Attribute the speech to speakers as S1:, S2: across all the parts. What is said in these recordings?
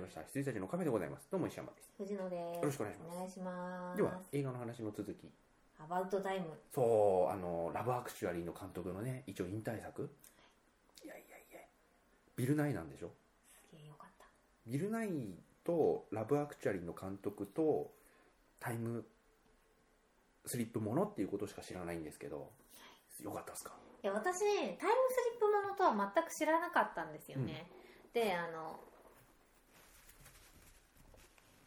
S1: ました羊たちのカフェでございますどうも石山です
S2: 藤野です。
S1: よろしくお願いします
S2: お願いします。
S1: では映画の話の続き
S2: アバウトタイム。
S1: そうあのラブアクチュアリーの監督のね一応引退作いやいやいやビル・ナイなんでしょ
S2: すげえよかった。
S1: ビル・ナイとラブアクチュアリーの監督とタイムスリップものっていうことしか知らないんですけどよかったですか
S2: いや私タイムスリップものとは全く知らなかったんですよね。であの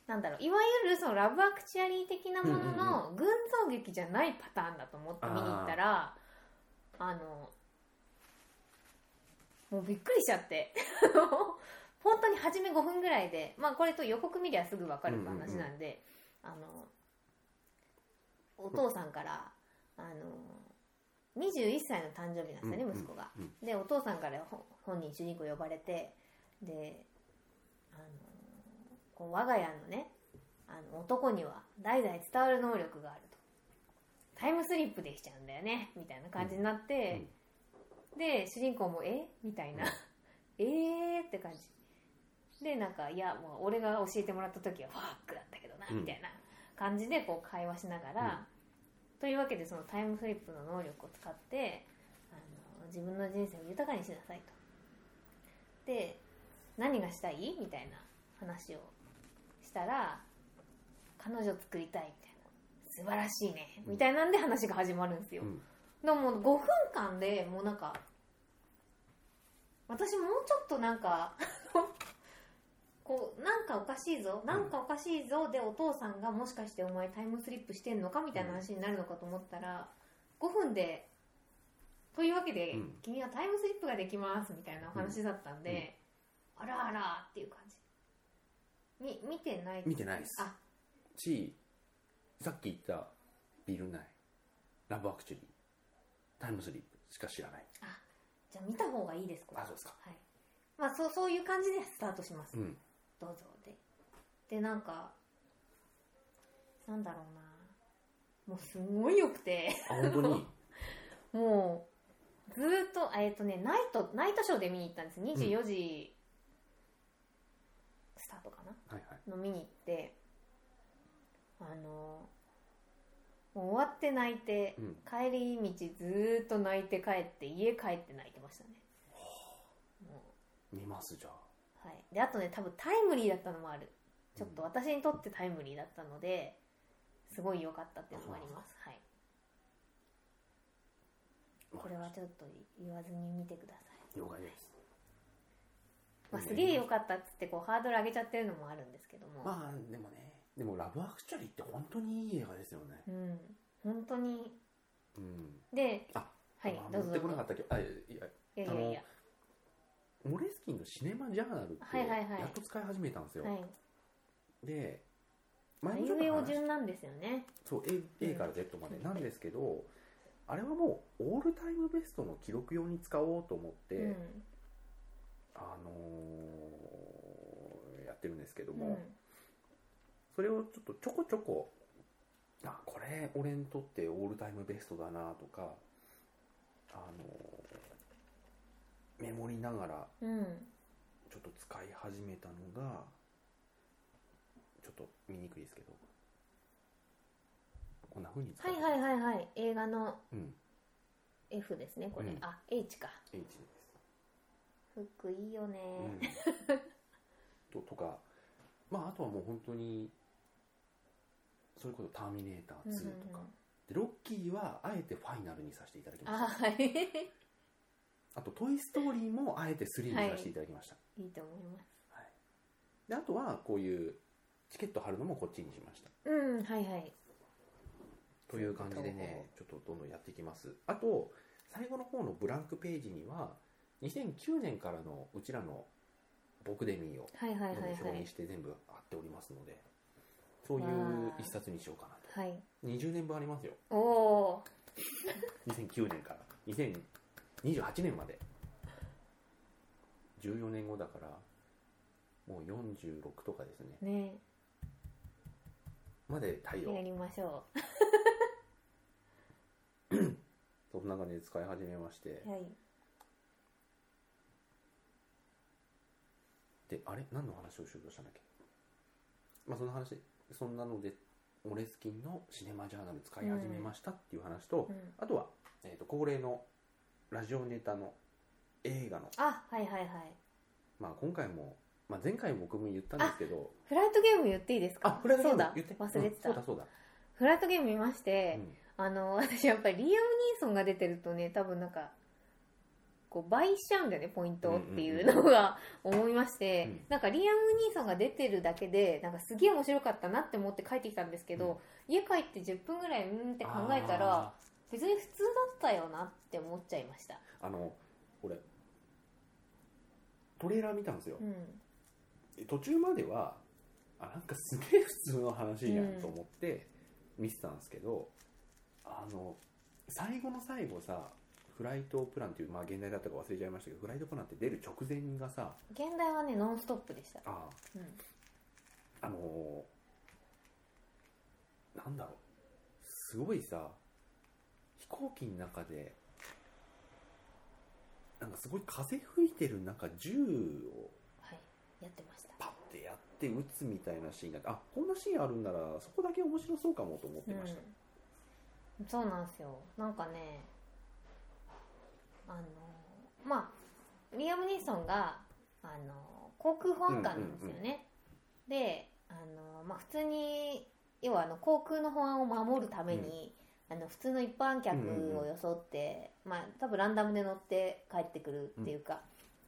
S2: なんだろういわゆるそのラブアクチュアリー的なものの群像劇じゃないパターンだと思って見に行ったらあのもうびっくりしちゃって 本当に初め5分ぐらいで、まあ、これと予告見りゃすぐ分かる話なんで、あのお父さんから、あの21歳の誕生日なんですよね、
S1: うんうん
S2: 息子が。
S1: うん
S2: でお父さんからほ本人主人公呼ばれてであのこう我が家のねあの男には代々伝わる能力があるとタイムスリップできちゃうんだよねみたいな感じになって、で主人公も「えみたいな「 えー」って感じでなんか「いやもう俺が教えてもらった時はファックだったけどな」
S1: うん
S2: みたいな感じでこう会話しながら、というわけでそのタイムスリップの能力を使ってあの自分の人生を豊かにしなさいと。で何がしたいみたいな話をしたら彼女作りたいみたいな素晴らしいねみたいなんで話が始まるんですよ、
S1: うん
S2: でももう5分間でもうなんか私もうちょっとなんか こうなんかおかしいぞなんかおかしいぞでお父さんがもしかしてお前タイムスリップしてんのかみたいな話になるのかと思ったら5分でというわけで、
S1: うん
S2: 君はタイムスリップができますみたいなお話だったんで、あらあらっていう感じみ見てない
S1: 見てないです
S2: あ
S1: しさっき言ったビル・ナイラブアクチュアリータイムスリップしか知らない
S2: じゃあ見た方がいいですこれ
S1: あそうですか
S2: はいまあそうそういう感じでスタートします、
S1: うん
S2: どうぞででなんかなんだろうなもうすごいよくて
S1: あ本当 に
S2: もうずーっとえっ、とねナイトナイトショーで見に行ったんです24時、スタートかな
S1: はいはい
S2: 飲みに行ってあのもう終わって泣いて、
S1: うん
S2: 帰り道ずーっと泣いて帰って家帰って泣いてましたねも
S1: 見ますじゃあ
S2: うはい、であとね多分タイムリーだったのもあるちょっと私にとってタイムリーだったのですごい良かったっていうのもあります、はい、これはちょっと言わずに見てください、
S1: 了解です、
S2: まあ、すげえ良かったっつってこうハードル上げちゃってるのもあるんですけども、
S1: まあでもねでもラブアクチュアリーって本当にいい映画ですよね
S2: うん本当に
S1: うん
S2: で
S1: あ
S2: はい
S1: あ
S2: どうぞ
S1: 持ってこなかったっけあいや
S2: いやいやいや
S1: モレスキンのシネマジャーナルって
S2: はいはいはい
S1: やっと使い始めたんですよ、
S2: はい
S1: で前
S2: あ
S1: も
S2: い
S1: ちょっ
S2: うえ
S1: と
S2: お
S1: 話し
S2: 順なんですよね。
S1: そう A, A から Z までなんですけどあれはもうオールタイムベストの記録用に使おうと思って、
S2: うん
S1: あのーやってるんですけど
S2: う
S1: も、
S2: ん
S1: それをちょっとちょこちょこあこれ俺にとってオールタイムベストだなとかあのメモりながら
S2: うん
S1: ちょっと使い始めたのがちょっと見にくいですけどこんな風に使
S2: はいはいいはいはい映画の
S1: うん
S2: F ですねこれ、
S1: うん
S2: あ H か
S1: H で
S2: フックいいよね、
S1: す、うん、ととかまああとはもう本当にそれこそ「ターミネーター2」とか、でロッキーはあえてファイナルにさせていただきま
S2: あ
S1: した
S2: はい
S1: あと「トイ・ストーリー」もあえて3にさせていただきました、
S2: いいと思います
S1: であとはこういうチケット貼るのもこっちにしました
S2: うんはいはい
S1: という感じでねちょっとどんどんやっていきますあと最後の方のブランクページには2009年からのうちらの僕デミーを
S2: はいはいはいは
S1: 表に
S2: い
S1: して全部貼っておりますのでそういう一冊にしようかなと
S2: はい
S1: 20年分ありますよ
S2: おお
S1: 2009年から2028年まで14年後だからもう46とかですね
S2: ーね
S1: まで対応
S2: やりましょ
S1: そんな感じで使い始めまして
S2: うはい
S1: であれ何の話を終了したんだっけまあその話そんなのでモレスキンのシネマジャーナル使い始めましたっていう話と、
S2: うん
S1: あとは、えー、と恒例のラジオネタの映画の、
S2: あはいはいはい
S1: まあ、今回も、まあ、前回僕も言ったんですけど
S2: フライトゲーム言っていいですか
S1: あフライトゲー
S2: そう
S1: ム
S2: だ
S1: 言って
S2: 忘れてた、
S1: うんそうだそうだ、
S2: フライトゲーム見まし
S1: う
S2: て、
S1: ん
S2: あの 私やっぱりリアム・ニーソンが出てるとね多分なんかこう倍しちゃうんだよねポイントっていうのが思いまして、
S1: うん
S2: なんかリアム・ニーソンが出てるだけでなんかすげえ面白かったなって思って帰ってきたんですけど、家帰って10分ぐらいうーんって考えたら別に普通だったよなって思っちゃいました、
S1: あーあの俺トレーラー見たんですよ
S2: う、ん、
S1: 途中まではあなんかすげえ普通の話やんと思って見てたんですけど、あの最後の最後さフライトプランっていう、まあ、現代だったか忘れちゃいましたけどフライトプランって出る直前がさ
S2: 現代はねノンストップでした、
S1: あ
S2: うん、
S1: あのーなんだろうすごいさ飛行機の中でなんかすごい風吹いてる中銃を
S2: はいやってました
S1: パッてやって打つみたいなシーンがあこんなシーンあるんならそこだけ面白そうかもと思ってました、
S2: うん、そうなんですよなんかねあのまあリアム・ニーソンがあの航空保安官なんですよね、であの、まあ、普通に要はあの航空の保安を守るために、あの普通の一般客を装って、まあ、多分ランダムで乗って帰ってくるっていうか、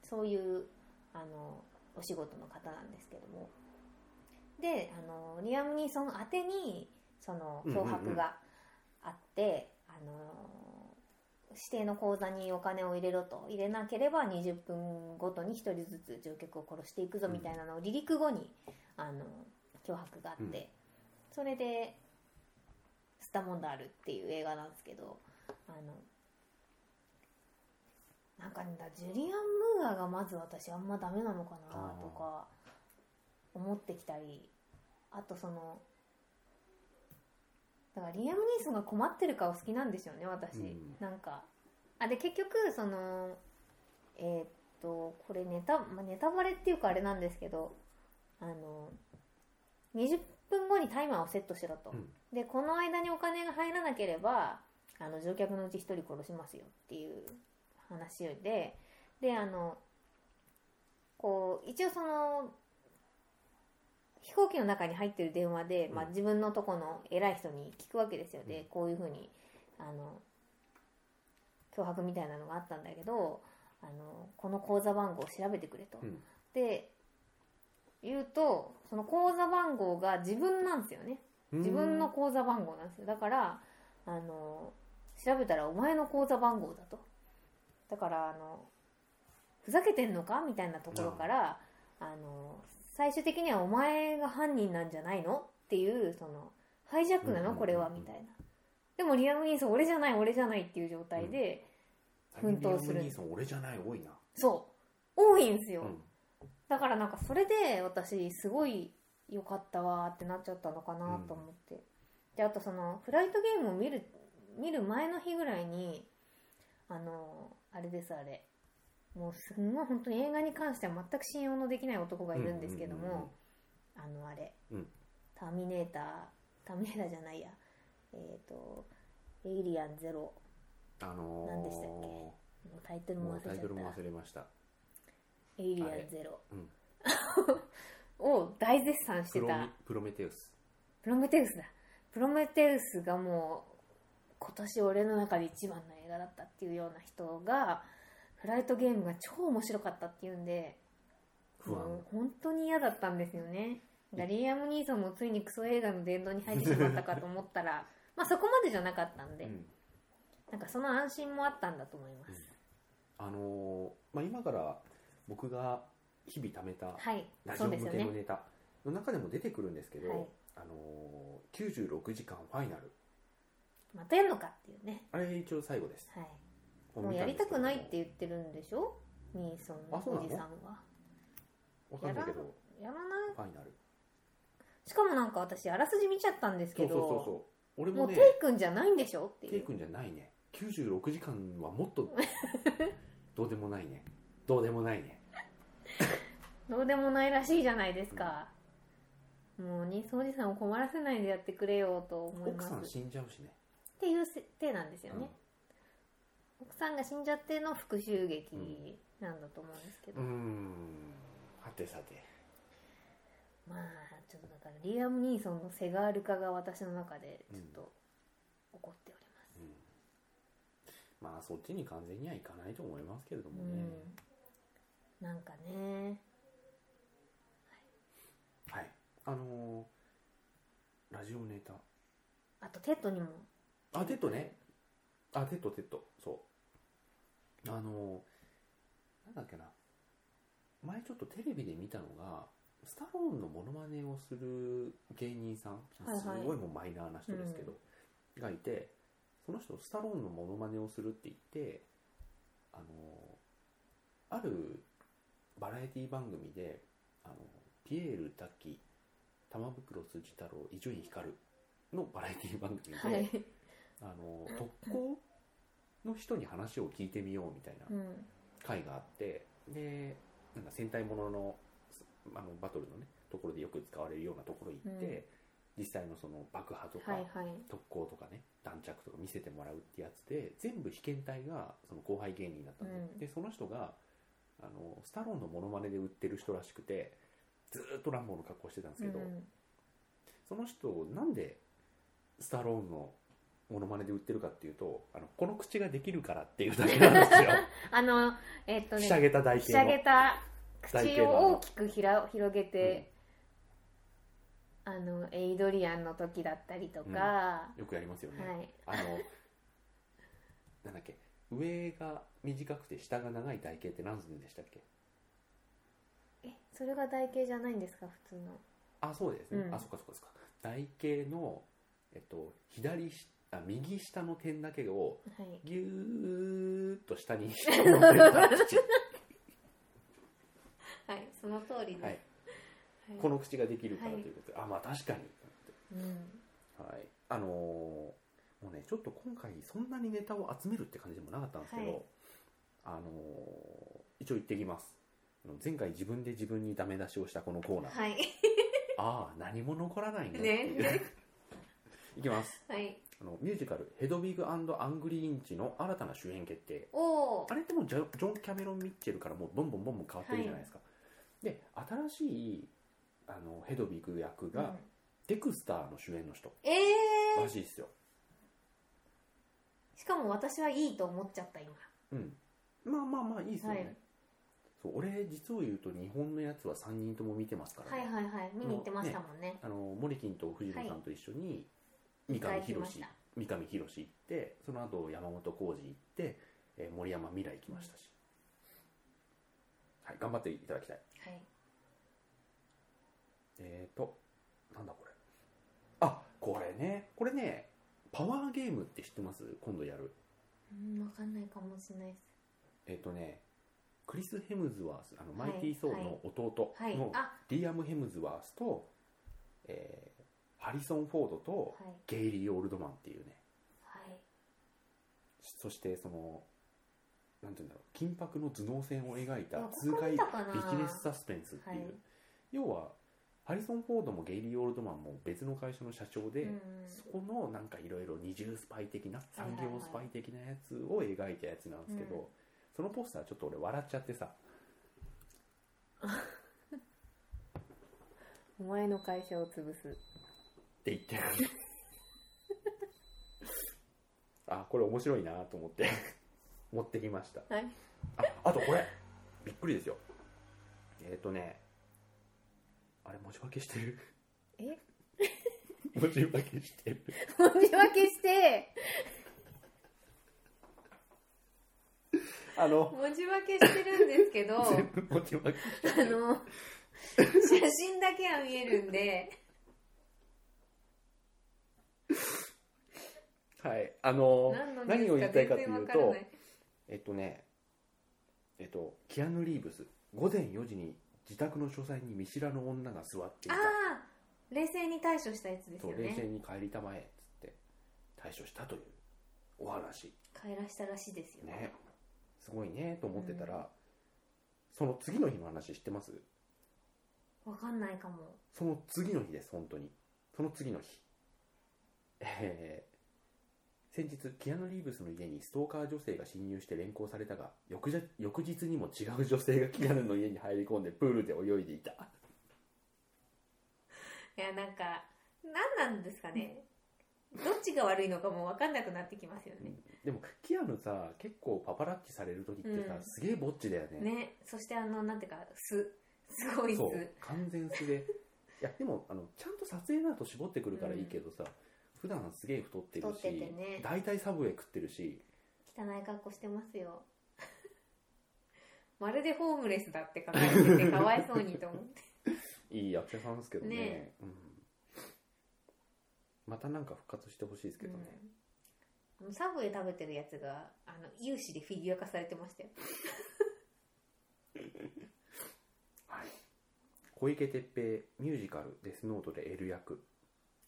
S2: そういうあのお仕事の方なんですけどもであのリアム・ニーソン宛てにその脅迫があって、あの指定の口座にお金を入れろと入れなければ20分ごとに1人ずつ乗客を殺していくぞみたいなのを離陸後にあの脅迫があって、
S1: うん
S2: それで「スタモンダール」っていう映画なんですけどあのなんかねジュリアン・ムーアがまず私あんまダメなのかなとか思ってきたりあとそのだからリアム・ニーソンが困ってる顔好きなんでしょうね私、
S1: うん
S2: なんかあで結局そのえーっとこれネタ、まあ、ネタバレっていうかあれなんですけどあの20分後にタイマーをセットしろと、
S1: うん
S2: でこの間にお金が入らなければあの乗客のうち1人殺しますよっていう話でであのこう一応その飛行機の中に入ってる電話で、まあ、
S1: うん
S2: 自分のとこの偉い人に聞くわけですよ、でこういうふうにあの脅迫みたいなのがあったんだけどあのこの口座番号を調べてくれと、
S1: うん
S2: で言うとその口座番号が自分なんですよね自分の口座番号なんですよだからあの調べたらお前の口座番号だとだからあのふざけてんのかみたいなところからあの最終的にはお前が犯人なんじゃないのっていうそのハイジャックな
S1: うんうんうん
S2: の
S1: うん
S2: これはみたいなでもリアム・ニーソン俺じゃない俺じゃないっていう状態で、奮闘する
S1: 兄さん俺じゃない多いな、
S2: そう多いんですよ、
S1: うん
S2: だからなんかそれで私すごい良かったわーってなっちゃったのかなと思って、であとそのフライトゲームを見る見る前の日ぐらいにあのあれですあれもうすんごい本当に映画に関しては全く信用のできない男がいるんですけども、あのあれ、
S1: うん
S2: ターミネーターターミネーターじゃないやえっ、と「エイリアンゼロ
S1: うんあのー
S2: 何でしたっけもうタイトルも
S1: も
S2: 忘
S1: う
S2: れちゃ
S1: タイトルも
S2: った
S1: 忘れました
S2: 「エイリアンゼロ
S1: うん
S2: を大絶賛し
S1: プ
S2: て
S1: ロ
S2: た
S1: ミプロメテウス
S2: プロメテウスだプロメテウスがもう今年俺の中で一番の映画だったっていうような人がフライトゲームが超面白かったっていうんで
S1: 不安
S2: もう本当に嫌だったんですよねダリアム・ニーソンもついにクソ映画の殿堂に入ってしまったかと思っ たらまあそこまでじゃなかったんで、
S1: うん
S2: なんかその安心もあったんだと思います、
S1: あのーまあ、今から僕が日々貯めた
S2: はい
S1: ラジ
S2: そ
S1: オ
S2: う
S1: 向
S2: ですよ
S1: け
S2: ね
S1: のネタの中でも出てくるんですけど、
S2: はい
S1: あのー96時間ファイナル
S2: またやんのかっていうね、
S1: あれ一応最後です
S2: はい、もうやりたくないって言ってるんでしょニーソンの
S1: あそうな
S2: お
S1: の
S2: じさんは
S1: わかんないけど
S2: やらない
S1: ファイナル
S2: しかもなんか私あらすじ見ちゃったんです
S1: そ
S2: け
S1: う
S2: ど
S1: そうそうそう俺
S2: も
S1: も
S2: う
S1: ね
S2: テイ君じゃないんでしょって
S1: テ
S2: い
S1: イ
S2: う
S1: 君じゃないね96時間 はもっとどうでもないねどうでもないね
S2: どうでもないらしいじゃないですか、もうニースおじさんを困らせないでやってくれよと思い
S1: 奥
S2: ま
S1: さん
S2: す
S1: 死んじゃうしね
S2: っていう設定なんですよね、奥さんが死んじゃっての復讐劇なんだと思うんですけど、
S1: うんうーんはてさて
S2: まあちょっとだからリアム・ニーソンのセガール化が私の中でちょっと怒っております、
S1: うんまあそっちに完全にはいかないと思いますけれども
S2: う
S1: ね、
S2: ん、なんかね
S1: はいあのーラジオネタ
S2: あとテッドにも
S1: あテッドねあテッドテッドそうあのーなんだっけな前ちょっとテレビで見たのがスタローンのモノマネをする芸人さん
S2: はいはい
S1: すごいもうマイナーな人ですけど、がいてその人スタローンのモノマネをするって言ってあのーあるバラエティ番組であのピエール滝玉袋筋太郎伊集院光のバラエティ番組で、
S2: はい、
S1: あの特攻の人に話を聞いてみようみたいな
S2: うん、
S1: 会があってでなんか戦隊もののすあのバトルのねところでよく使われるようなところに行って、実際のその爆破とか、
S2: はいはい
S1: 特攻とかね弾着とか見せてもらうってやつで全部被験体がその後輩芸人だったんで,、
S2: うん
S1: でその人があのスタローンのモノマネで売ってる人らしくてずーっとランボーの格好してたんですけど、
S2: うん
S1: その人をなんでスタローンのモノマネで売ってるかっていうとあのこの口ができるからっていうだけなんですよ
S2: あのえ っと
S1: ひしゃ
S2: ね
S1: げた台
S2: ひ
S1: 形
S2: しゃ
S1: の
S2: げた
S1: 台
S2: 口
S1: 形のあ
S2: を
S1: の
S2: 大きくひら広げて、あのエイドリアンの時だったりとか、は
S1: よくやりますよね、
S2: い
S1: あのなんだっけ上が短くて下が長い台形って何でしたっけ
S2: えそれが台形じゃないんですか普通の
S1: あそうですね、
S2: うん
S1: あそっかそっかそっか台形の、えっと、左しあ右下の点だけを
S2: はい
S1: ぎゅーっと下にして持ってった 口
S2: はいその通りです、
S1: はい、
S2: はい
S1: この口ができるからということで、あまあ確かに、
S2: うん
S1: はい、あのーもうねちょっと今回そんなにネタを集めるって感じでもなかったんですけど、
S2: はい
S1: あのー一応言ってきますあの前回自分で自分にダメ出しをしたこのコーナー、
S2: はい
S1: ああ何も残らないねっていう
S2: ね
S1: いきます
S2: はい
S1: あのミュージカル「ヘドウィグアングリーインチ」の新たな主演決定
S2: おお
S1: あれってもうジョジョン・キャメロン・ミッチェルからもうボンボンボンボン変わってるじゃないですか、で新しいあのヘドウィグ役が、デクスターの主演の人
S2: ええ
S1: ら
S2: ー、
S1: しいですよ、
S2: しかも私はいいと思っちゃった今
S1: うん、まあまあまあいいですよね、
S2: はい
S1: そう俺実を言うと日本のやつは3人とも見てますから、
S2: はいはいはい見に行ってましたもんね
S1: あのモリキンと藤野さんと一緒に三上
S2: 行き
S1: 博
S2: まし
S1: 史
S2: た
S1: 三上博史行ってその後山本浩二行って、えー森山未来行きましたし、はい、頑張っていただきたい
S2: はい
S1: えーとなんだこれあこれねこれねパワーゲームって知ってます今度やる
S2: うん分かんないかもしれないです
S1: えっ、とねクリス・ヘムズワースあの、
S2: はい
S1: マイティー・ソーの弟
S2: はい
S1: の
S2: あ
S1: リアム・ヘムズワースと、えーハリソン・フォードと
S2: はい
S1: ゲイリー・オールドマンっていうね
S2: はい
S1: そしてそのなんて言うんだろう金箔の頭脳戦を描いた
S2: いや
S1: 痛快
S2: ここ見
S1: ビ
S2: たかな
S1: ジネスサスペンスっていう、
S2: はい
S1: 要はハリソン・フォードもゲイリー・オールドマンも別の会社の社長で、
S2: うん
S1: そこのなんかいろいろ二重スパイ的な産業スパイ的なやつを描いたやつなんですけど、
S2: うん
S1: そのポスターちょっと俺笑っちゃってさ
S2: お前の会社を潰す
S1: って言って るあこれ面白いなと思って 持ってきました
S2: はい
S1: ああとこれびっくりですよえっ、ー、とねあれ文字化けしてる
S2: え
S1: 文字化けしてる
S2: 文字分けして
S1: あ の
S2: 文字分けしてるんですけどあ
S1: 全部文字化けしてる
S2: の写真だけは見えるんで
S1: はいあの
S2: 何の
S1: 何を言いたいかと
S2: 全然
S1: いう
S2: わから
S1: と
S2: ない
S1: えっとねえっとキアヌ・リーブス午前4時に自宅の書斎に見知らぬ女が座ってい
S2: あ
S1: た
S2: あ冷静に対処したやつです
S1: そ
S2: よ
S1: う冷静
S2: ね
S1: に帰りたまえっつって対処したというお話
S2: 帰らしたらしいですよ
S1: ねすごいねと思ってたら、
S2: うん
S1: その次の日の話知ってます
S2: わかんないかも
S1: その次の日です本当にその次の日えー先日キアヌ・リーブスの家にストーカー女性が侵入して連行されたが翌日翌日にも違う女性がキアヌの家に入り込んでプールで泳いでいた
S2: いやなんか何なんですかねどっちが悪いのかもわかんなくなってきますよね
S1: でもキアヌさ結構パパラッチされる時ってさ、
S2: うん
S1: すげえぼっちだよ
S2: ねそしてあのなんていうかすすごいす
S1: そう完全素でいやでもあのちゃんと撮影など絞ってくるからいいけどさ、普段すげえ太ってる
S2: 太っ
S1: して
S2: てね
S1: 大体サブウェイ食ってるし
S2: 汚い格好してますよまるでホームレスだって考えててかわいそうにと思って
S1: いい役者さんですけどね
S2: ね
S1: うん、またなんか復活してほしいですけどね、
S2: うんあのサブウェイ食べてるやつがあの有志でフィギュア化されてましたよ
S1: はい、小池徹平ミュージカル「デスノート」で L 役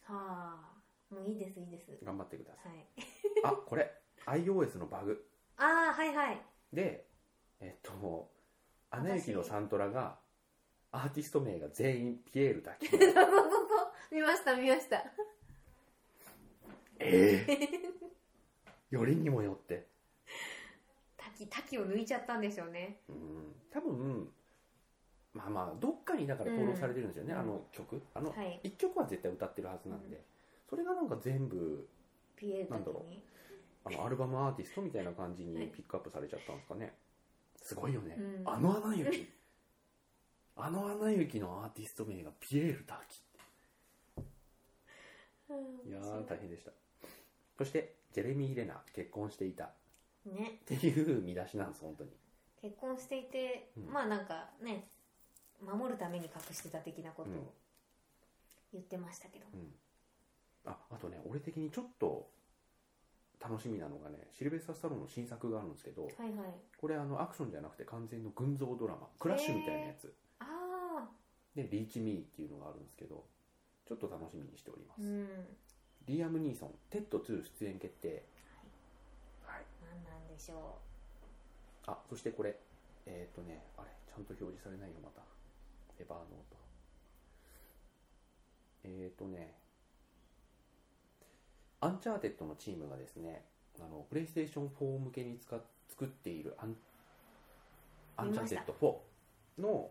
S2: はあもういいですいいです
S1: 頑張ってください
S2: はい
S1: あこれ iOS のバグ
S2: ああはいはい
S1: でえっと「アナ雪」のサントラがアーティスト名が全員ピエールだけ
S2: そうそうそう見ました見ました
S1: ええよりにもよって
S2: 滝滝を抜いちゃったんでしょうね
S1: うん多分まあまあどっかにだから登録されてるんですよね、
S2: うん
S1: あの曲あの、
S2: はい
S1: 一1曲は絶対歌ってるはずなんで、それがなんか全部
S2: ピエール
S1: なんだ
S2: 滝
S1: ろ
S2: に
S1: あのアルバムアーティストみたいな感じ
S2: は
S1: に
S2: い
S1: ピックアップされちゃったんですかねすごいよね、
S2: うん
S1: あの「アナ雪」あの「アナ雪」のアーティスト名がピエール滝
S2: うん
S1: いやー大変でしたそしてジェレミー・レナ結婚していたっ
S2: ね
S1: ていう見出しなんです本当に
S2: 結婚していて、
S1: うん
S2: まあなんかね守るために隠してた的なことを言ってましたけど、
S1: うん、ああとね俺的にちょっと楽しみなのがねシルベスター・スタローンの新作があるんですけど
S2: はいはい
S1: これあのアクションじゃなくて完全の群像ドラマクラッシュみたいなやつ
S2: ああ
S1: で「リーチ・ミー」っていうのがあるんですけどちょっと楽しみにしております、
S2: うん
S1: リアム・ニーソン「テッド2」出演決定、はい、
S2: 何なんでしょ
S1: あそしてこれえーっ、とねあれちゃんと表示されないよまたエバーノートえーっ、とねアンチャーテッドのチームがですねあのプレイステーション4向けに使っ作っているアンアンチャーテッド4の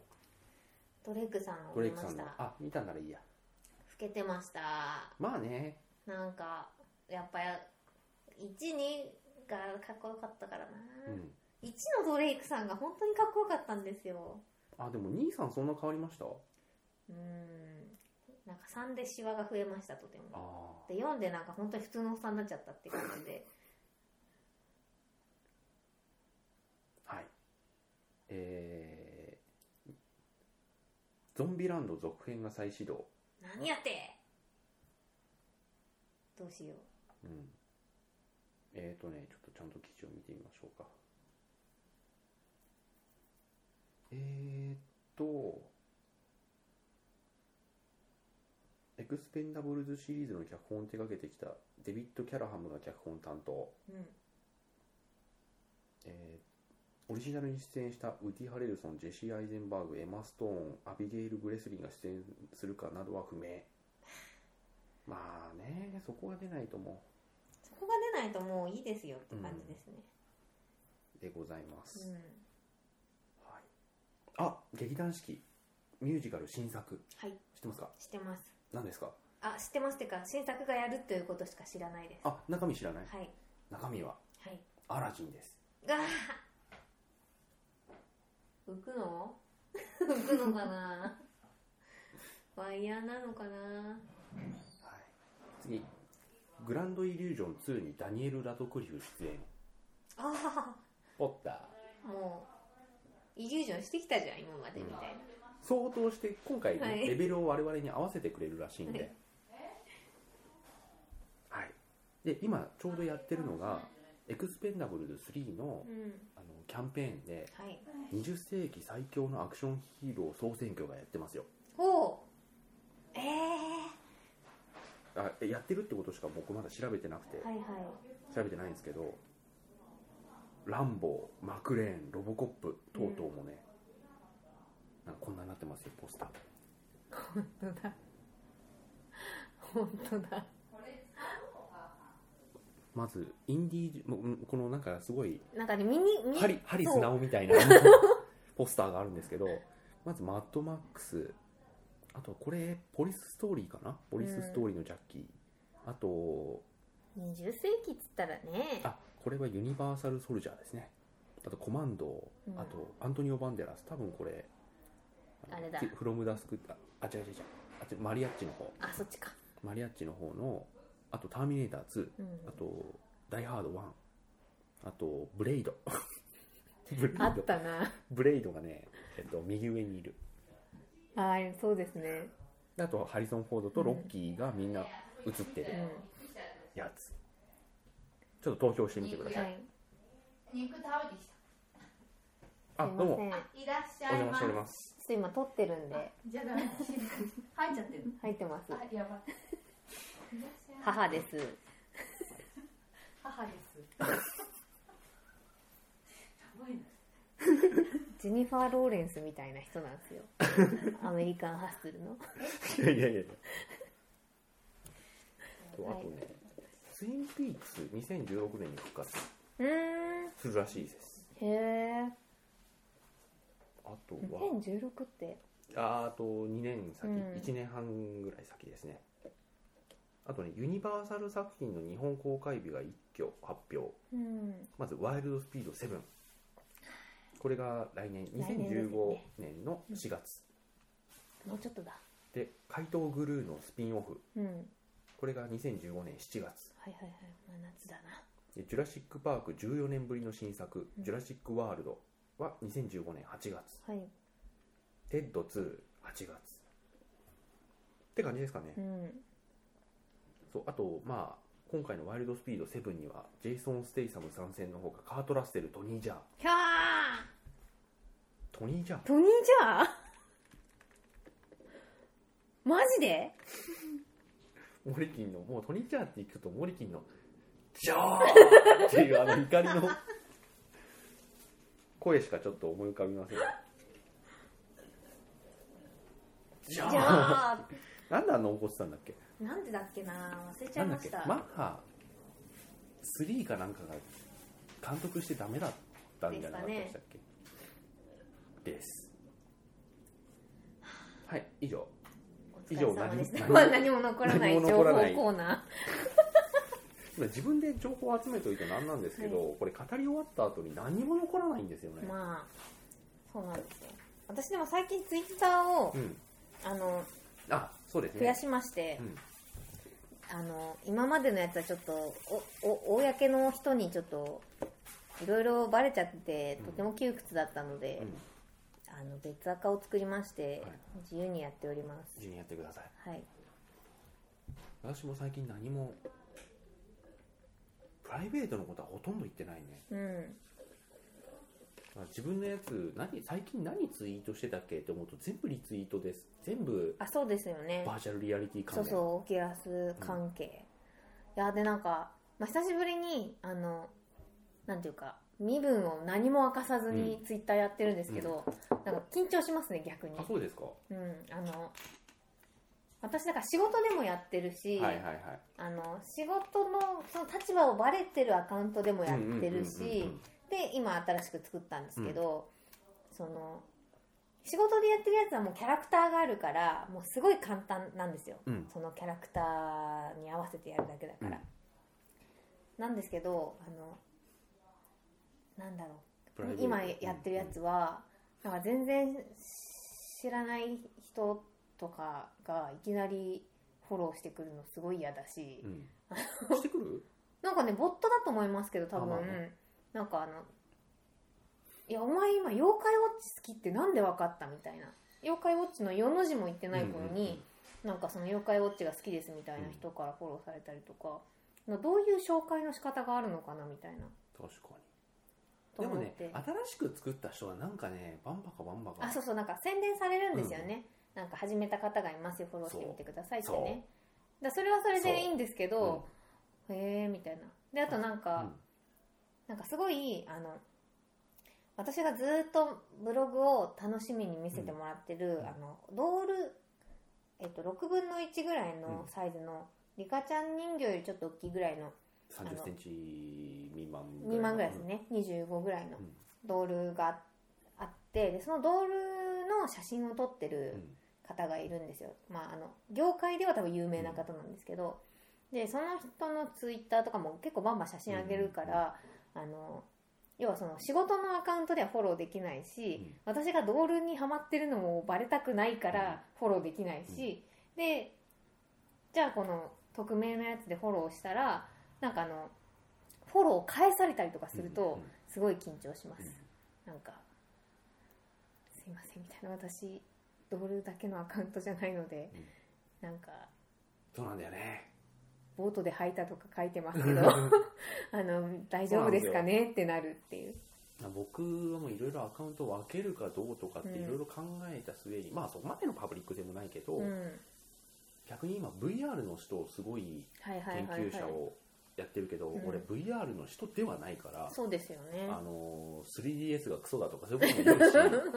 S2: うドレイクさんを
S1: ド
S2: 見
S1: レイク
S2: ま
S1: さ
S2: し
S1: んの
S2: た老
S1: あ見たならいいや
S2: けてました
S1: まあね
S2: なんかやっぱ12がかっこよかったからな、
S1: うん
S2: 1のドレイクさんが本当にかっこよかったんですよ
S1: あでも兄さんそんな変わりましたあ
S2: うんなんか3でシワが増えましたとても
S1: あ
S2: で読んでなんか本当に普通のおっさんになっちゃったって感じで
S1: はい。えー、ゾンビランド続編が再始動。
S2: 何やってどうしよう
S1: うん。えーとね、ちょっとちゃんと記事を見てみましょうか。えーと、エクスペンダブルズシリーズの脚本を手掛けてきたデビッド・キャラハムが脚本担当。
S2: うん
S1: えーオリジナルに出演したウッディ・ハレルソン、ジェシー・アイゼンバーグ、エマ・ストーン、アビゲイル・グレスリーが出演するかなどは不明。まあね、そこが出ないとも
S2: そこが出ないともういいですよって感じですね
S1: でございます。
S2: うん、
S1: はい、あ劇団四季、ミュージカル新作、
S2: はい
S1: 知ってますか
S2: 知ってます
S1: 何ですか
S2: あ知ってますっていうか新作がやるということしか知らないです
S1: あ
S2: は
S1: 中身知らない、
S2: い
S1: 中身は
S2: はい
S1: アラジンです。
S2: が 浮くの 浮くのかなワイヤーなのかな
S1: はい、次、グランド・イリュージョン2にダニエル・ラドクリフ出演。
S2: あ
S1: ポッター。
S2: あもうイリュージョンしてきたじゃん今までみたいな、
S1: 相当して今回、ね
S2: はい
S1: レベルを我々に合わせてくれるらしいんで、はい、で今ちょうどやってるのがエクスペンダブルズ3の
S2: うん
S1: あのキャンペーンで
S2: はい
S1: 20世紀最強のアクションヒーロー総選挙がやってますよ
S2: ほうええ
S1: あえやってるってことしか僕まだ調べてなくて
S2: はいはい
S1: 調べてないんですけどランボーマクレーンロボコップ等々もね、なんかこんなになってますよポスター
S2: 本当だ本当だ
S1: まずインディージもううんこのなんかすごい
S2: なんかねミニミニ
S1: ハリハリス
S2: そう
S1: ナオみたい なポスターがあるんですけどまずマッドマックスあとこれポリスストーリーかなポリスストーリーのジャッキー、あと
S2: 20世紀っつったらね
S1: あこれはユニバーサル・ソルジャーですねあとコマンド、
S2: うん
S1: あとアントニオ・バンデラス多分これ
S2: あれだ
S1: きフロム・ダスクああ違う違う違うあ違うマリアッチの方
S2: あそっちか
S1: マリアッチの方のあとターミネーター2
S2: うん
S1: あと「ダイ・ハード1」あと「ブレイド」ブレイ
S2: あっ
S1: ド
S2: たな
S1: ブレイドがね、えっと、右上にいる
S2: あーそうですね
S1: あとハリソン・フォードとロッキーがみんな映って
S2: う
S1: る
S2: ん
S1: やつ、ちょっと投票してみてください、
S2: はい
S3: 肉食べてき
S1: あ
S2: すい
S1: どうも
S2: ませんちょ
S3: た。いらっし
S1: お
S3: ゃい
S1: 邪魔してお
S3: ませ
S1: ります
S2: っと今撮ってるんで
S3: じゃあダメ。入っちゃってる。
S2: 入ってます
S3: あ、やばい。いらっしゃいませ
S2: 母です
S3: 母です。やばいな。
S2: ジェニファー・ローレンスみたいな人なん ですよアメリカンハッスルの
S1: いやいやいやとあ
S2: はい
S1: とね、ツインピークス2016年に復活
S2: うーん
S1: するらしいです
S2: へえ
S1: あとは
S2: 2016って
S1: ああと2年先、
S2: うん
S1: 1年半ぐらい先ですねあとねユニバーサル作品の日本公開日が一挙発表
S2: うん
S1: まず「ワイルドスピード7」これが来年
S2: 来年です
S1: 2015
S2: ね
S1: 年の4月
S2: もうちょっとだ
S1: で「怪盗グルー」のスピンオフ
S2: うんはい
S1: これが2015年7月
S2: はいはい、まあ、夏だな
S1: で「ジュラシック・パーク」14年ぶりの新作「ジュラシック・ワールド」は2015年8月
S2: はい
S1: 「テッド28月って感じですかね、
S2: うん
S1: そうあとまあ今回の「ワイルドスピード7」にはジェイソン・ステイサム参戦のほかカート・ラッセルトニー・ジャー
S2: ひゃ
S1: トニー・ジャー
S2: ートニーじゃーマジで
S1: モリキンのもうトニー・ジャーって聞くとモリキンの「ジャー!」っていうあの怒りの声しかちょっと思い浮かびませんジャ
S2: じ
S1: ー
S2: ゃあ
S1: なんであんな怒ってたんだっけ
S2: なんでだっけな忘れちゃ
S1: ないんだっ
S2: ま
S1: け
S2: した
S1: マッハ3かなんかが監督してダメだったんじゃなかったでしたっけですはい以上
S2: お疲れ様でした
S1: 以上何
S2: まあ 何も残らない
S1: 何も
S2: 情
S1: 残
S2: 報コ
S1: らない
S2: ーナ
S1: 今自分で情報を集めておいて何なんですけど、これ語り終わった後に何にも残らないんですよね、
S2: ーまあそうなんですよ私でも最近ツイッターを
S1: うん
S2: あの
S1: あそうですね
S2: 増やしまして、
S1: うん
S2: あの今までのやつはちょっとおお公の人にちょっといろいろバレちゃって
S1: うん
S2: とても窮屈だったので、
S1: うん
S2: あの別アカを作りまして、
S1: はい
S2: 自由にやっております
S1: 自由にやってください
S2: はい
S1: 私も最近何もプライベートのことはほとんど言ってないね
S2: うん
S1: だから自分のやつ何最近何ツイートしてたっけって思うと全部リツイートです全部
S2: あそうですよね
S1: バーチャルリアリティ関
S2: そう
S1: 連
S2: そうオキュラス関係、いやでなんか、まあ、久しぶりにあのなんていうか身分を何も明かさずにツイッターやってるんですけど、なんか緊張しますね逆に
S1: あそうですか
S2: うん、あの私なんか仕事でもやってるし、
S1: はいはいはい
S2: あの仕事のその立場をバレてるアカウントでもやってる
S1: うんうんうんうん
S2: しで今新しく作ったんですけど、その仕事でやってるやつはもうキャラクターがあるからもうすごい簡単なんですよ、
S1: うん
S2: そのキャラクターに合わせてやるだけだから、なんですけどあのなんだろう
S1: プライベート
S2: 今やってるやつは、なんか全然知らない人とかがいきなりフォローしてくるのすごい嫌だし、
S1: うん、 うん、してくる
S2: なんかねボットだと思いますけど多分、
S1: あまあね
S2: なんかあの「いやお前今妖怪ウォッチ好きってなんで分かった?」みたいな妖怪ウォッチの4の字も言ってない頃に、
S1: うんうんうん
S2: なんかその妖怪ウォッチが好きですみたいな人からフォローされたりとか、どういう紹介の仕方があるのかなみたいな
S1: 確かに
S2: と
S1: でも
S2: 思っ
S1: ね
S2: て、
S1: 新しく作った人はなんかねバンバカバンバカ
S2: あそうそうなんか宣伝されるんですよね、なんか始めた方がいますよフォローしてみてくださいって
S1: そう
S2: ねだそれはそれでいいんですけど
S1: そ、
S2: へえみたいなであとなんか、なんかすごいあの私がずっとブログを楽しみに見せてもらってる、
S1: うん
S2: あのドールえっと、6分の1ぐらいのサイズの、リカちゃん人形よりちょっと大きいぐらいの
S1: 3 0ンチ未満
S2: 2万ぐらいですね、25ぐらいの
S1: うん
S2: ドールがあってでそのドールの写真を撮って
S1: う
S2: る
S1: ん
S2: 方がいるんですよ、まあ、あの業界では多分有名な方なんですけど、でその人のツイッターとかも結構バンバン写真あげるから、あの要はその仕事のアカウントではフォローできないし、
S1: うん
S2: 私がドールにはまってるのもバレたくないからフォローできないし、でじゃあこの匿名のやつでフォローしたらなんかあのフォローを返されたりとかするとすごい緊張します、なんか「すいません」みたいな私ドールだけのアカウントじゃないので、なんか
S1: そうなんだよね
S2: ボートで吐いたとか書いてま すけどあの大丈夫ですかねってなるっていう
S1: 僕はもういろいろアカウントを分けるかどうとかっていろいろ考えた末に、まあそこまでのパブリックでもないけど、
S2: うん
S1: 逆に今 VR の人をすごい
S2: はいは
S1: 研
S2: いはい
S1: 究
S2: は
S1: 者
S2: い
S1: をやってるけど、
S2: うん
S1: 俺 VR の人ではないから、
S2: そうですよね
S1: あのー 3DS がクソだとかそういうことも言うし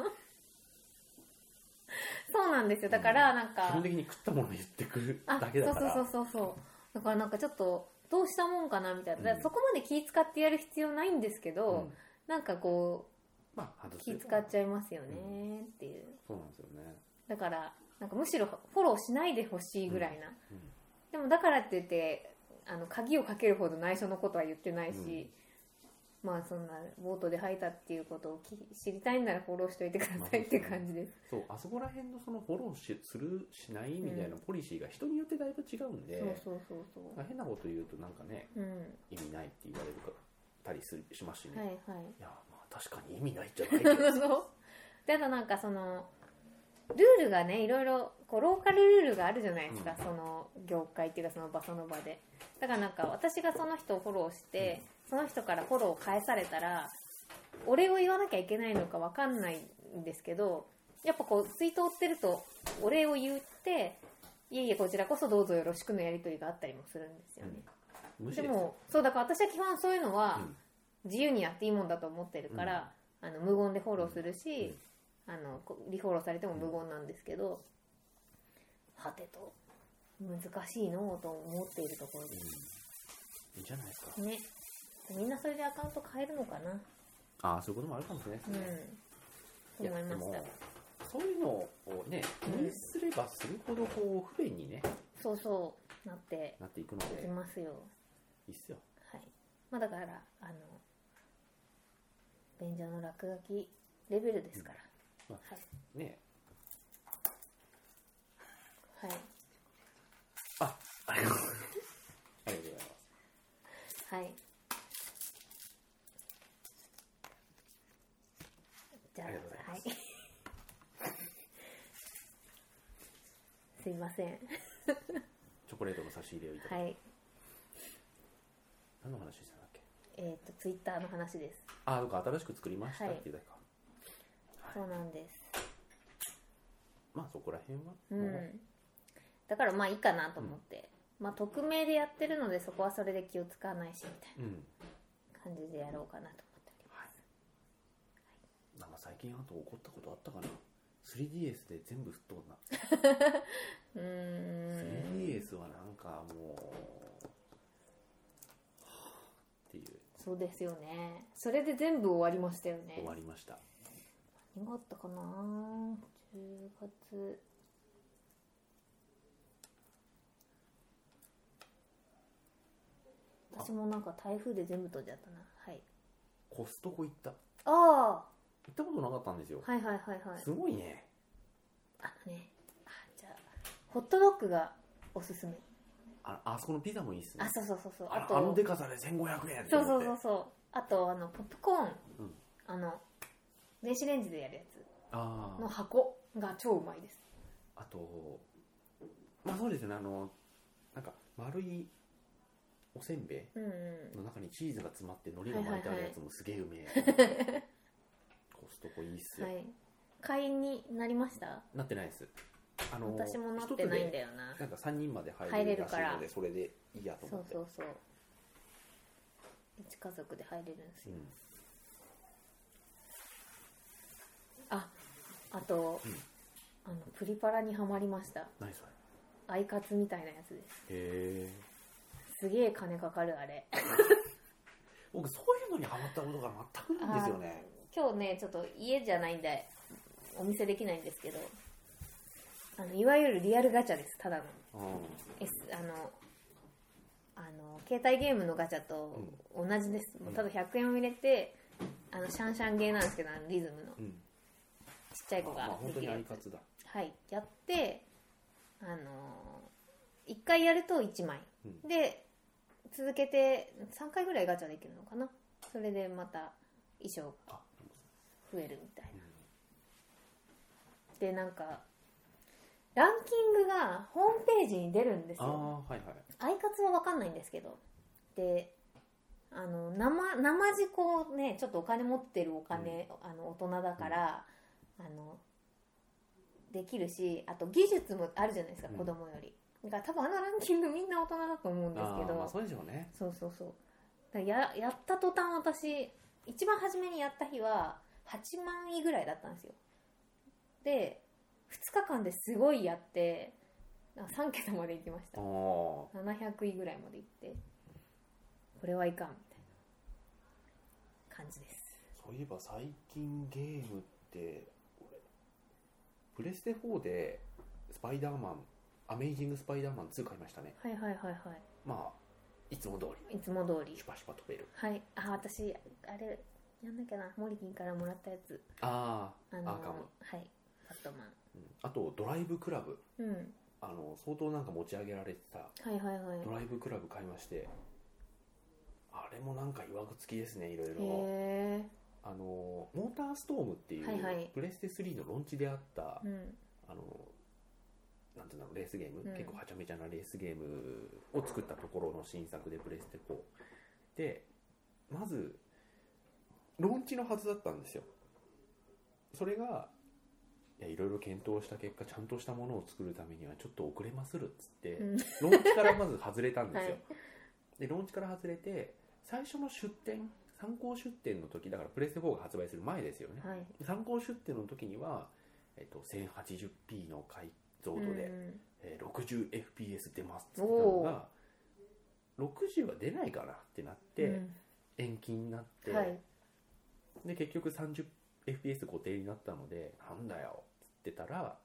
S2: そうなんですよだからなん
S1: 基
S2: か、
S1: 本的に食ったもの言ってくる
S2: あ
S1: だけだから
S2: そうそうそうそうそうだからなんかちょっとどうしたもんかなみたいな、だから
S1: うん
S2: そこまで気使ってやる必要ないんですけど、
S1: うん
S2: なんかこ
S1: まあ
S2: う
S1: 外す
S2: 気
S1: よ
S2: 使っちゃいますよねっていう
S1: そうなんですよね、
S2: だからなんかむしろフォローしないでほしいぐらいな、
S1: うん
S2: でもだからって言ってあの鍵をかけるほど内緒のことは言ってないし、まあそんなボートで吐いたっていうことをき知りたいんならフォローしといてくださいっていう感じです、
S1: そうあそこら辺のそのフォローしするしないみたいなポリシーが人によってだいぶ違うんで、
S2: そうそうそうそ
S1: まあ変なこと言うとなんかね
S2: う、うん、
S1: 意味ないって言われるからたりするしますしね、
S2: はい
S1: い、
S2: はい
S1: やまあ確かに意味ないじ ゃない けど
S2: であとなんかそのルールがねいろいろこうローカルルールがあるじゃないですか、
S1: うん
S2: その業界っていうかその場その場でだからなんか私がその人をフォローして、その人からフォローを返されたらお礼を言わなきゃいけないのかわかんないんですけどやっぱこうツイートを追ってるとお礼を言っていえいえこちらこそどうぞよろしくのやり取りがあったりもするんですよね、
S1: 無視
S2: で
S1: ですよ
S2: もそうだから私は基本そういうのは、
S1: うん
S2: 自由にやっていいもんだと思ってるから、あの無言でフォローするし、あのこリフォローされても無言なんですけど、はてと難しいのうと思っているところ
S1: うん
S2: で
S1: い
S2: す、
S1: いんじゃないですか
S2: ねみんなそれでアカウント変えるのかな
S1: ああそういうこともあるかもしれないです
S2: うん
S1: ね、
S2: と
S1: いや
S2: 思いま
S1: で
S2: し
S1: も
S2: た
S1: そういうのをね気にすればするほどこう不便に、ね、
S2: そうそうなって
S1: なっていくの
S2: いき
S1: で
S2: ますよ
S1: いいっすよ
S2: はいまあだからあの便所の落書きレベルですから、
S1: うんま
S2: はい
S1: ね
S2: はい
S1: あありがとうございますありがとうございます
S2: はい。じゃあ、
S1: ありがとうござい
S2: は
S1: ま
S2: い。 すいません。
S1: チョコレートの差し入れをいただいて、
S2: はい。
S1: 何の話してたんだっけ
S2: えっ、と、ツイッターの話です。
S1: ああどうか新しく作りました
S2: は
S1: っ
S2: い
S1: て言うだけか、
S2: そうなんです。
S1: まあそこら辺は、
S2: う
S1: も
S2: ん。だから、まあ、いいかなと思って。まあ、匿名でやってるので、そこはそれで気を使わないしみたい
S1: うん
S2: な感じでやろうかなと思っておりま
S1: はい、なんか最近あと怒ったことあったかな 3DS で全部吹っ飛んだ
S2: す。うーん。
S1: 3DS はなんかもうはあっていう
S2: そうですよね。それで全部終わりましたよね。
S1: 終わりました
S2: 何があったかな10月私もなんか台風で全部飛んじゃったなはい
S1: コストコ行った行
S2: あ
S1: ったことなかったんですよ、
S2: あはいはいはいはい
S1: すごいね
S2: あのねあじゃあホットドッグがおすすめ
S1: ああそこのピザもいいっすね
S2: あそうそうそうそうあ
S1: あ
S2: と
S1: あのでかさで1500円と
S2: そう
S1: 思っ
S2: そう
S1: て
S2: そうそうあとあのポップコーン、
S1: うん
S2: あの電子レンジでやるやつ
S1: あ
S2: の
S1: あ
S2: 箱が超うまいです
S1: あとまあそうですねあのなんか丸いおせんべい
S2: うんうん
S1: の中にチーズが詰まって海苔が巻いてあるやつもすげえうめえ、 コストコいいっすよ、
S2: はい、会員になりました
S1: なってないですあの
S2: 私もなってないんだ
S1: よ
S2: よな
S1: なんか3人まで入
S2: 入れ
S1: れる
S2: る
S1: らしい
S2: から
S1: のでそれでいいやと
S2: そ
S1: 思っ
S2: う
S1: て
S2: そうそう一家族で入れるんですよ
S1: うん
S2: ああと、
S1: うん
S2: あのプリパラにはまりました
S1: 何それ
S2: アイカツみたいなやつで
S1: え
S2: すすげえ金かかるあれ
S1: 僕そういうのにハマったことが全くないんですよね
S2: 今日ねちょっと家じゃないんでお見せできないんですけどあのいわゆるリアルガチャですただの
S1: うん
S2: S あのあの携帯ゲームのガチャと同じです、
S1: ん
S2: もうただ100円を入れてあのシャンシャンゲーなんですけどあのリズムの
S1: うん
S2: ちっちゃい子
S1: まあ
S2: が
S1: 本
S2: で
S1: 当
S2: き
S1: に
S2: る
S1: ア
S2: や
S1: イ
S2: つ
S1: カツだ
S2: はい、やって、あのー、1回やると1枚、
S1: う
S2: で続けて3回ぐらいガチャできるのかなそれでまた衣装が
S1: あ
S2: 増えるみたいな
S1: うん
S2: でなんかランキングがホームページに出るんです
S1: あ
S2: よ
S1: あはいはい
S2: アイカツは分かんないんですけどであの生生地こうねちょっとお金持ってるお金、あの大人だから、あのできるしあと技術もあるじゃないですか、
S1: うん
S2: 子供よりだから多分あのランキングみんな大人だと思うんです
S1: あ
S2: け
S1: あ
S2: ど、
S1: まあそうでしょうね
S2: そうそうそうだからややった途端私一番初めにやった日は8万位ぐらいだったんですよで2日間ですごいやって3桁まで行きまし
S1: あ
S2: た
S1: あ
S2: 700位ぐらいまで行ってこれはいかんみたいな感じです
S1: そういえば最近ゲームって俺プレステ4でスパイダーマンアメイジングスパイダーマン2買いましたね
S2: はいはいはいは
S1: まあいつも通
S2: いいつも通り
S1: りシュパシュパ飛べる
S2: はいあ私あれやんなきゃなモリキンからもらったやつ
S1: あ
S2: あの
S1: アーカム
S2: はいバット
S1: ー、
S2: マ
S1: うんあとドライブクラブ
S2: ンうん
S1: あの相当なんか持ち上げられてた
S2: はいはいはい
S1: ドライブクラブ買いましてあれもなんかいわくつきですねいろいろ
S2: へ
S1: あのモーターストームっていう、
S2: はいはい
S1: プレステ3のローンチであった
S2: えうん
S1: あのなんていうんだろうレースゲーム、
S2: うん
S1: 結構はちゃめちゃなレースゲームを作ったところの新作でプレステ4でまずローンチのはずだったんですよそれがいやいろいろ検討した結果ちゃんとしたものを作るためにはちょっと遅れまするっつって、
S2: うん
S1: ローンチからまず外れたんですよ、
S2: はい
S1: でローンチから外れて最初の出店参考出店の時だからプレステ4が発売する前ですよね、
S2: はい
S1: 参考出典の時には、えっと、1080p の解像度で、
S2: うん
S1: えー 60fps 出ますって言ってたのが60は出ないかなってなって、延期になって、
S2: うんはい
S1: で結局 30fps 固定になったのでなんだよって言ってたら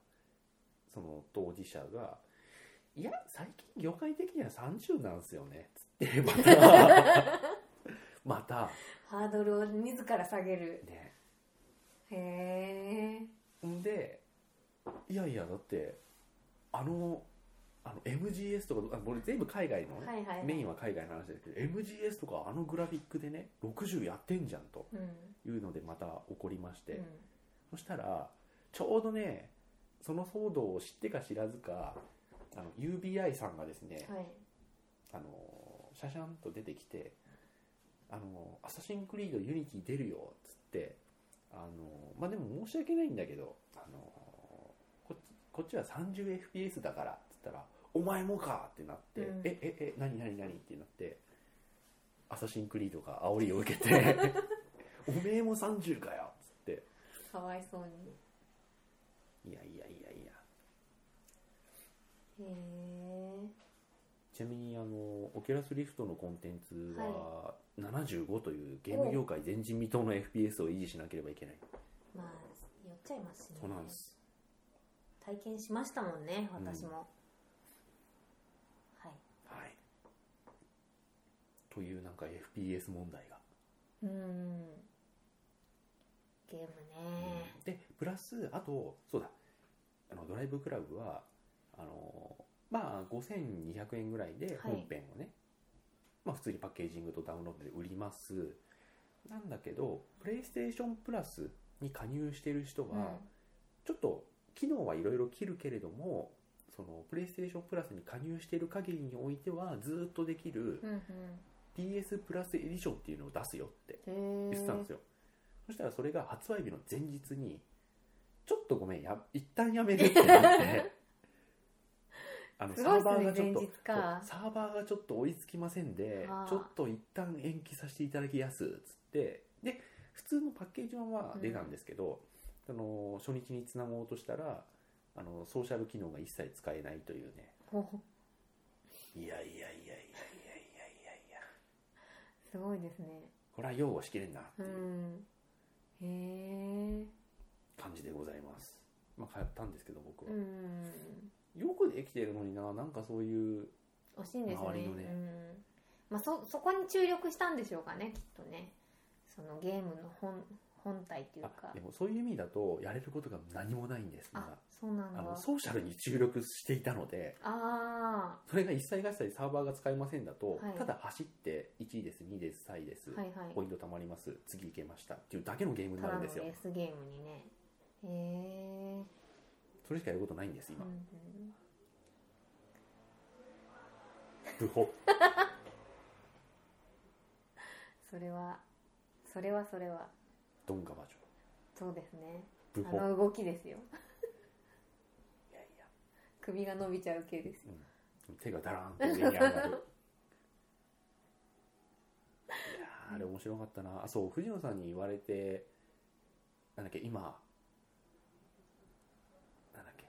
S1: その当事者が「いや最近業界的には30なんすよね」っつってま たまた
S2: ハードルを自ら下げる
S1: ね
S2: へえ
S1: んでいやいやだってあのあの MGS とかあ俺全部海外のね、
S2: はいはいはい
S1: メインは海外の話ですけど MGS とかあのグラフィックでね60やってんじゃんと
S2: うん
S1: いうのでまた怒りまして、
S2: うん
S1: そしたらちょうどねその騒動を知ってか知らずかあの UBI さんがですね、
S2: はい
S1: あのシャシャンと出てきて「あのアサシンクリードユニティ出るよ」っつってあのまあでも申し訳ないんだけどあのこっちこっちは 30fps だからっつったら「お前もか!」ってなって「
S2: うん
S1: えええ何何何?」ってなってアサシンクリードが煽りを受けて 「おめえも30かよ!」っつって
S2: かわいそうに
S1: 「いやいやいやいや」
S2: へえ
S1: ちなみにあのオキュラスリフトのコンテンツは75というゲーム業界前人未到の FPS を維持しなければいけない
S2: まあ酔っちゃいますね
S1: そうなんです
S2: 体験しましたもんね私も、はい
S1: はいというなんか FPS 問題が、
S2: うーんゲームね
S1: でプラスあとそうだあのドライブクラブはあのまあ5200円ぐらいで
S2: は
S1: 本
S2: い
S1: 編をね、まあ普通にパッケージングとダウンロードで売りますなんだけどプレイステーションプラスに加入してる人は、ちょっと機能はいろいろ切るけれどもそのプレイステーションプラスに加入している限りにおいてはずっとできる
S2: うんうん
S1: PS プラスエディションっていうのを出すよって
S2: うんへ
S1: 言ってたんです
S2: よ
S1: よ、そしたらそれが発売日の前日にちょっとごめんや一旦やめるってなって あの
S2: すごいっすね
S1: ちょっと
S2: 前日か
S1: そうサーバーがちょっと追いつきませんで
S2: あー
S1: ちょっと一旦延期させていただきやすっつってで普通のパッケージ版は出たんですけど、あの初日につなごうとしたらあのソーシャル機能が一切使えないというね
S2: ほほ
S1: いやいやいやいやいやいやいやいや
S2: すごいですね
S1: これは擁護しきれんなって
S2: う
S1: いうん
S2: へえ
S1: 感じでございます、まあ通ったんですけど僕は、
S2: うん
S1: よくできてるのにななんかそういう
S2: 惜しいんですね
S1: 周りのね
S2: うんまあ、そそこに注力したんでしょうかねきっとねそのゲームの本本体っていう
S1: あ
S2: か
S1: でもそういう意味だとやれることが何もないんです
S2: あ
S1: まだ
S2: そうなんだ
S1: あのソーシャルに注力していたので
S2: あ
S1: それが一切合切サーバーが使えませんだと、
S2: はい
S1: ただ走って1位です2位です3位です、
S2: ーはいはい
S1: ポイント貯まります次行けましたっていうだけのゲームに
S2: た
S1: な
S2: だ
S1: るん
S2: のレ
S1: ですよ
S2: ースゲームにねへえ
S1: それしかやることないんです今、
S2: うん
S1: 不法
S2: それはそれはそれは
S1: ドンガバジ
S2: そうですね
S1: ョン不
S2: あ
S1: 法
S2: の動きですよ
S1: いやいや
S2: 首が伸びちゃう系です
S1: 手がだらーん と上に上がるいやーあれ面白かったなあそう藤野さんに言われてなんだっけ今なんだっけ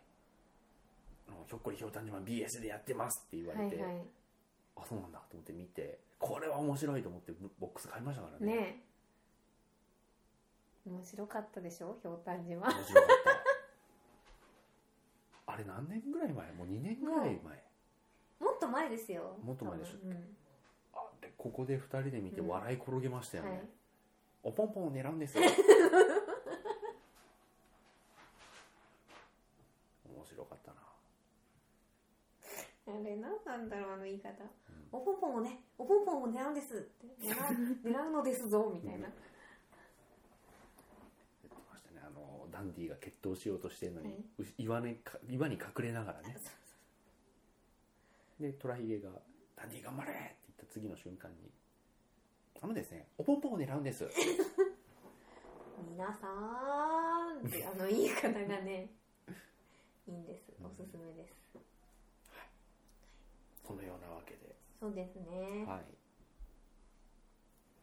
S1: あのひょっこりひょうたん島 BS でやってますって言わ
S2: は
S1: れ
S2: い
S1: て、
S2: は
S1: あそうなんだと思って見てこれは面白いと思ってボックス買いましたから
S2: い
S1: ね
S2: ねえ面白かったでしょひょうたん 島
S1: 面白かったあれ何年ぐらい前もう2年ぐらい前、
S2: もっと前ですよ
S1: もっと前でしょ
S2: 多分うん
S1: あでここで2人で見て
S2: うん
S1: 笑い転げましたよね、
S2: はい
S1: おポンポンを狙うんです よ面白かったな
S2: あれ何なんだろうあの言い方、おぽんぽんをねおぽんぽんを狙うんですって狙う狙うのですぞみたいな、
S1: やってましたねあのダンディが決闘しようとしてるのに、
S2: はいう
S1: し岩ねか岩に隠れながらねでトラヒゲが「ダンディ頑張れ!」って言った次の瞬間に「あのですねおポンポンを狙うんです」
S2: 皆さんってあの言い方がねいいんですおすすめです
S1: そのようなわけで、
S2: そうですね、
S1: はい、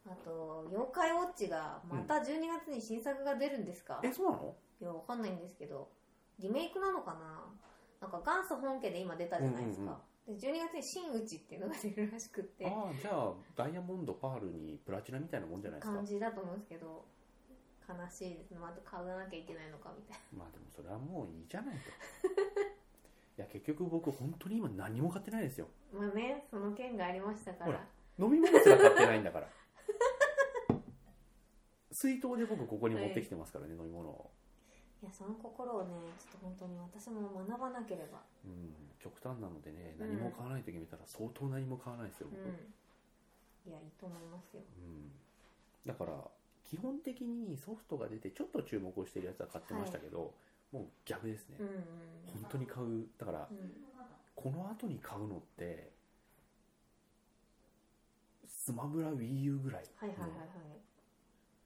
S2: あと「妖怪ウォッチ」がまた12月に新作が出るんですか、
S1: えそうなの
S2: いやわかんないんですけどリメイクなのかななんか元祖本家で今出たじゃないですか、で12月に「新内」っていうのが出るらしくって
S1: ああじゃあダイヤモンドパールにプラチナみたいなもんじゃないですか
S2: 感じだと思うんですけど悲しいですまた買わなきゃいけないのかみたいな
S1: まあでもそれはもういいじゃないといや結局僕本当に今何も買ってないですよ
S2: まあねその件がありましたか
S1: ほ
S2: ら
S1: ら飲み物すら買ってないんだから水筒で僕ここに持ってきてますからね、飲み物を、
S2: いやその心をねちょっと本当に私も学ばなければ
S1: うん、極端なのでね
S2: うん
S1: 何も買わないと決めたら相当何も買わないですよ
S2: う
S1: 僕、
S2: んいやいいと思いますよ
S1: うんだから基本的にソフトが出てちょっと注目をしてるやつは買ってましたけど、もう逆ですね、
S2: うんうん
S1: 本当に買うだから
S2: うん
S1: この後に買うのってスマブラ WiiU ぐらい、
S2: はいはいはいは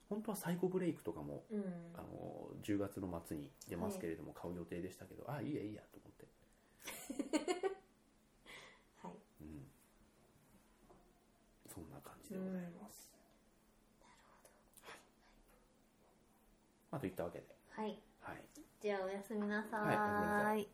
S1: 本当はサイコブレイクとかも、
S2: いうん
S1: あの10月の末に出ますけれども買う予定でしたけど、あいいやいいやと思って、
S2: はい
S1: うん、そんな感じでございます、まあといったわけで
S2: はい
S1: はい
S2: じゃあおやすみなさ
S1: はいおやすみなさ
S2: ーい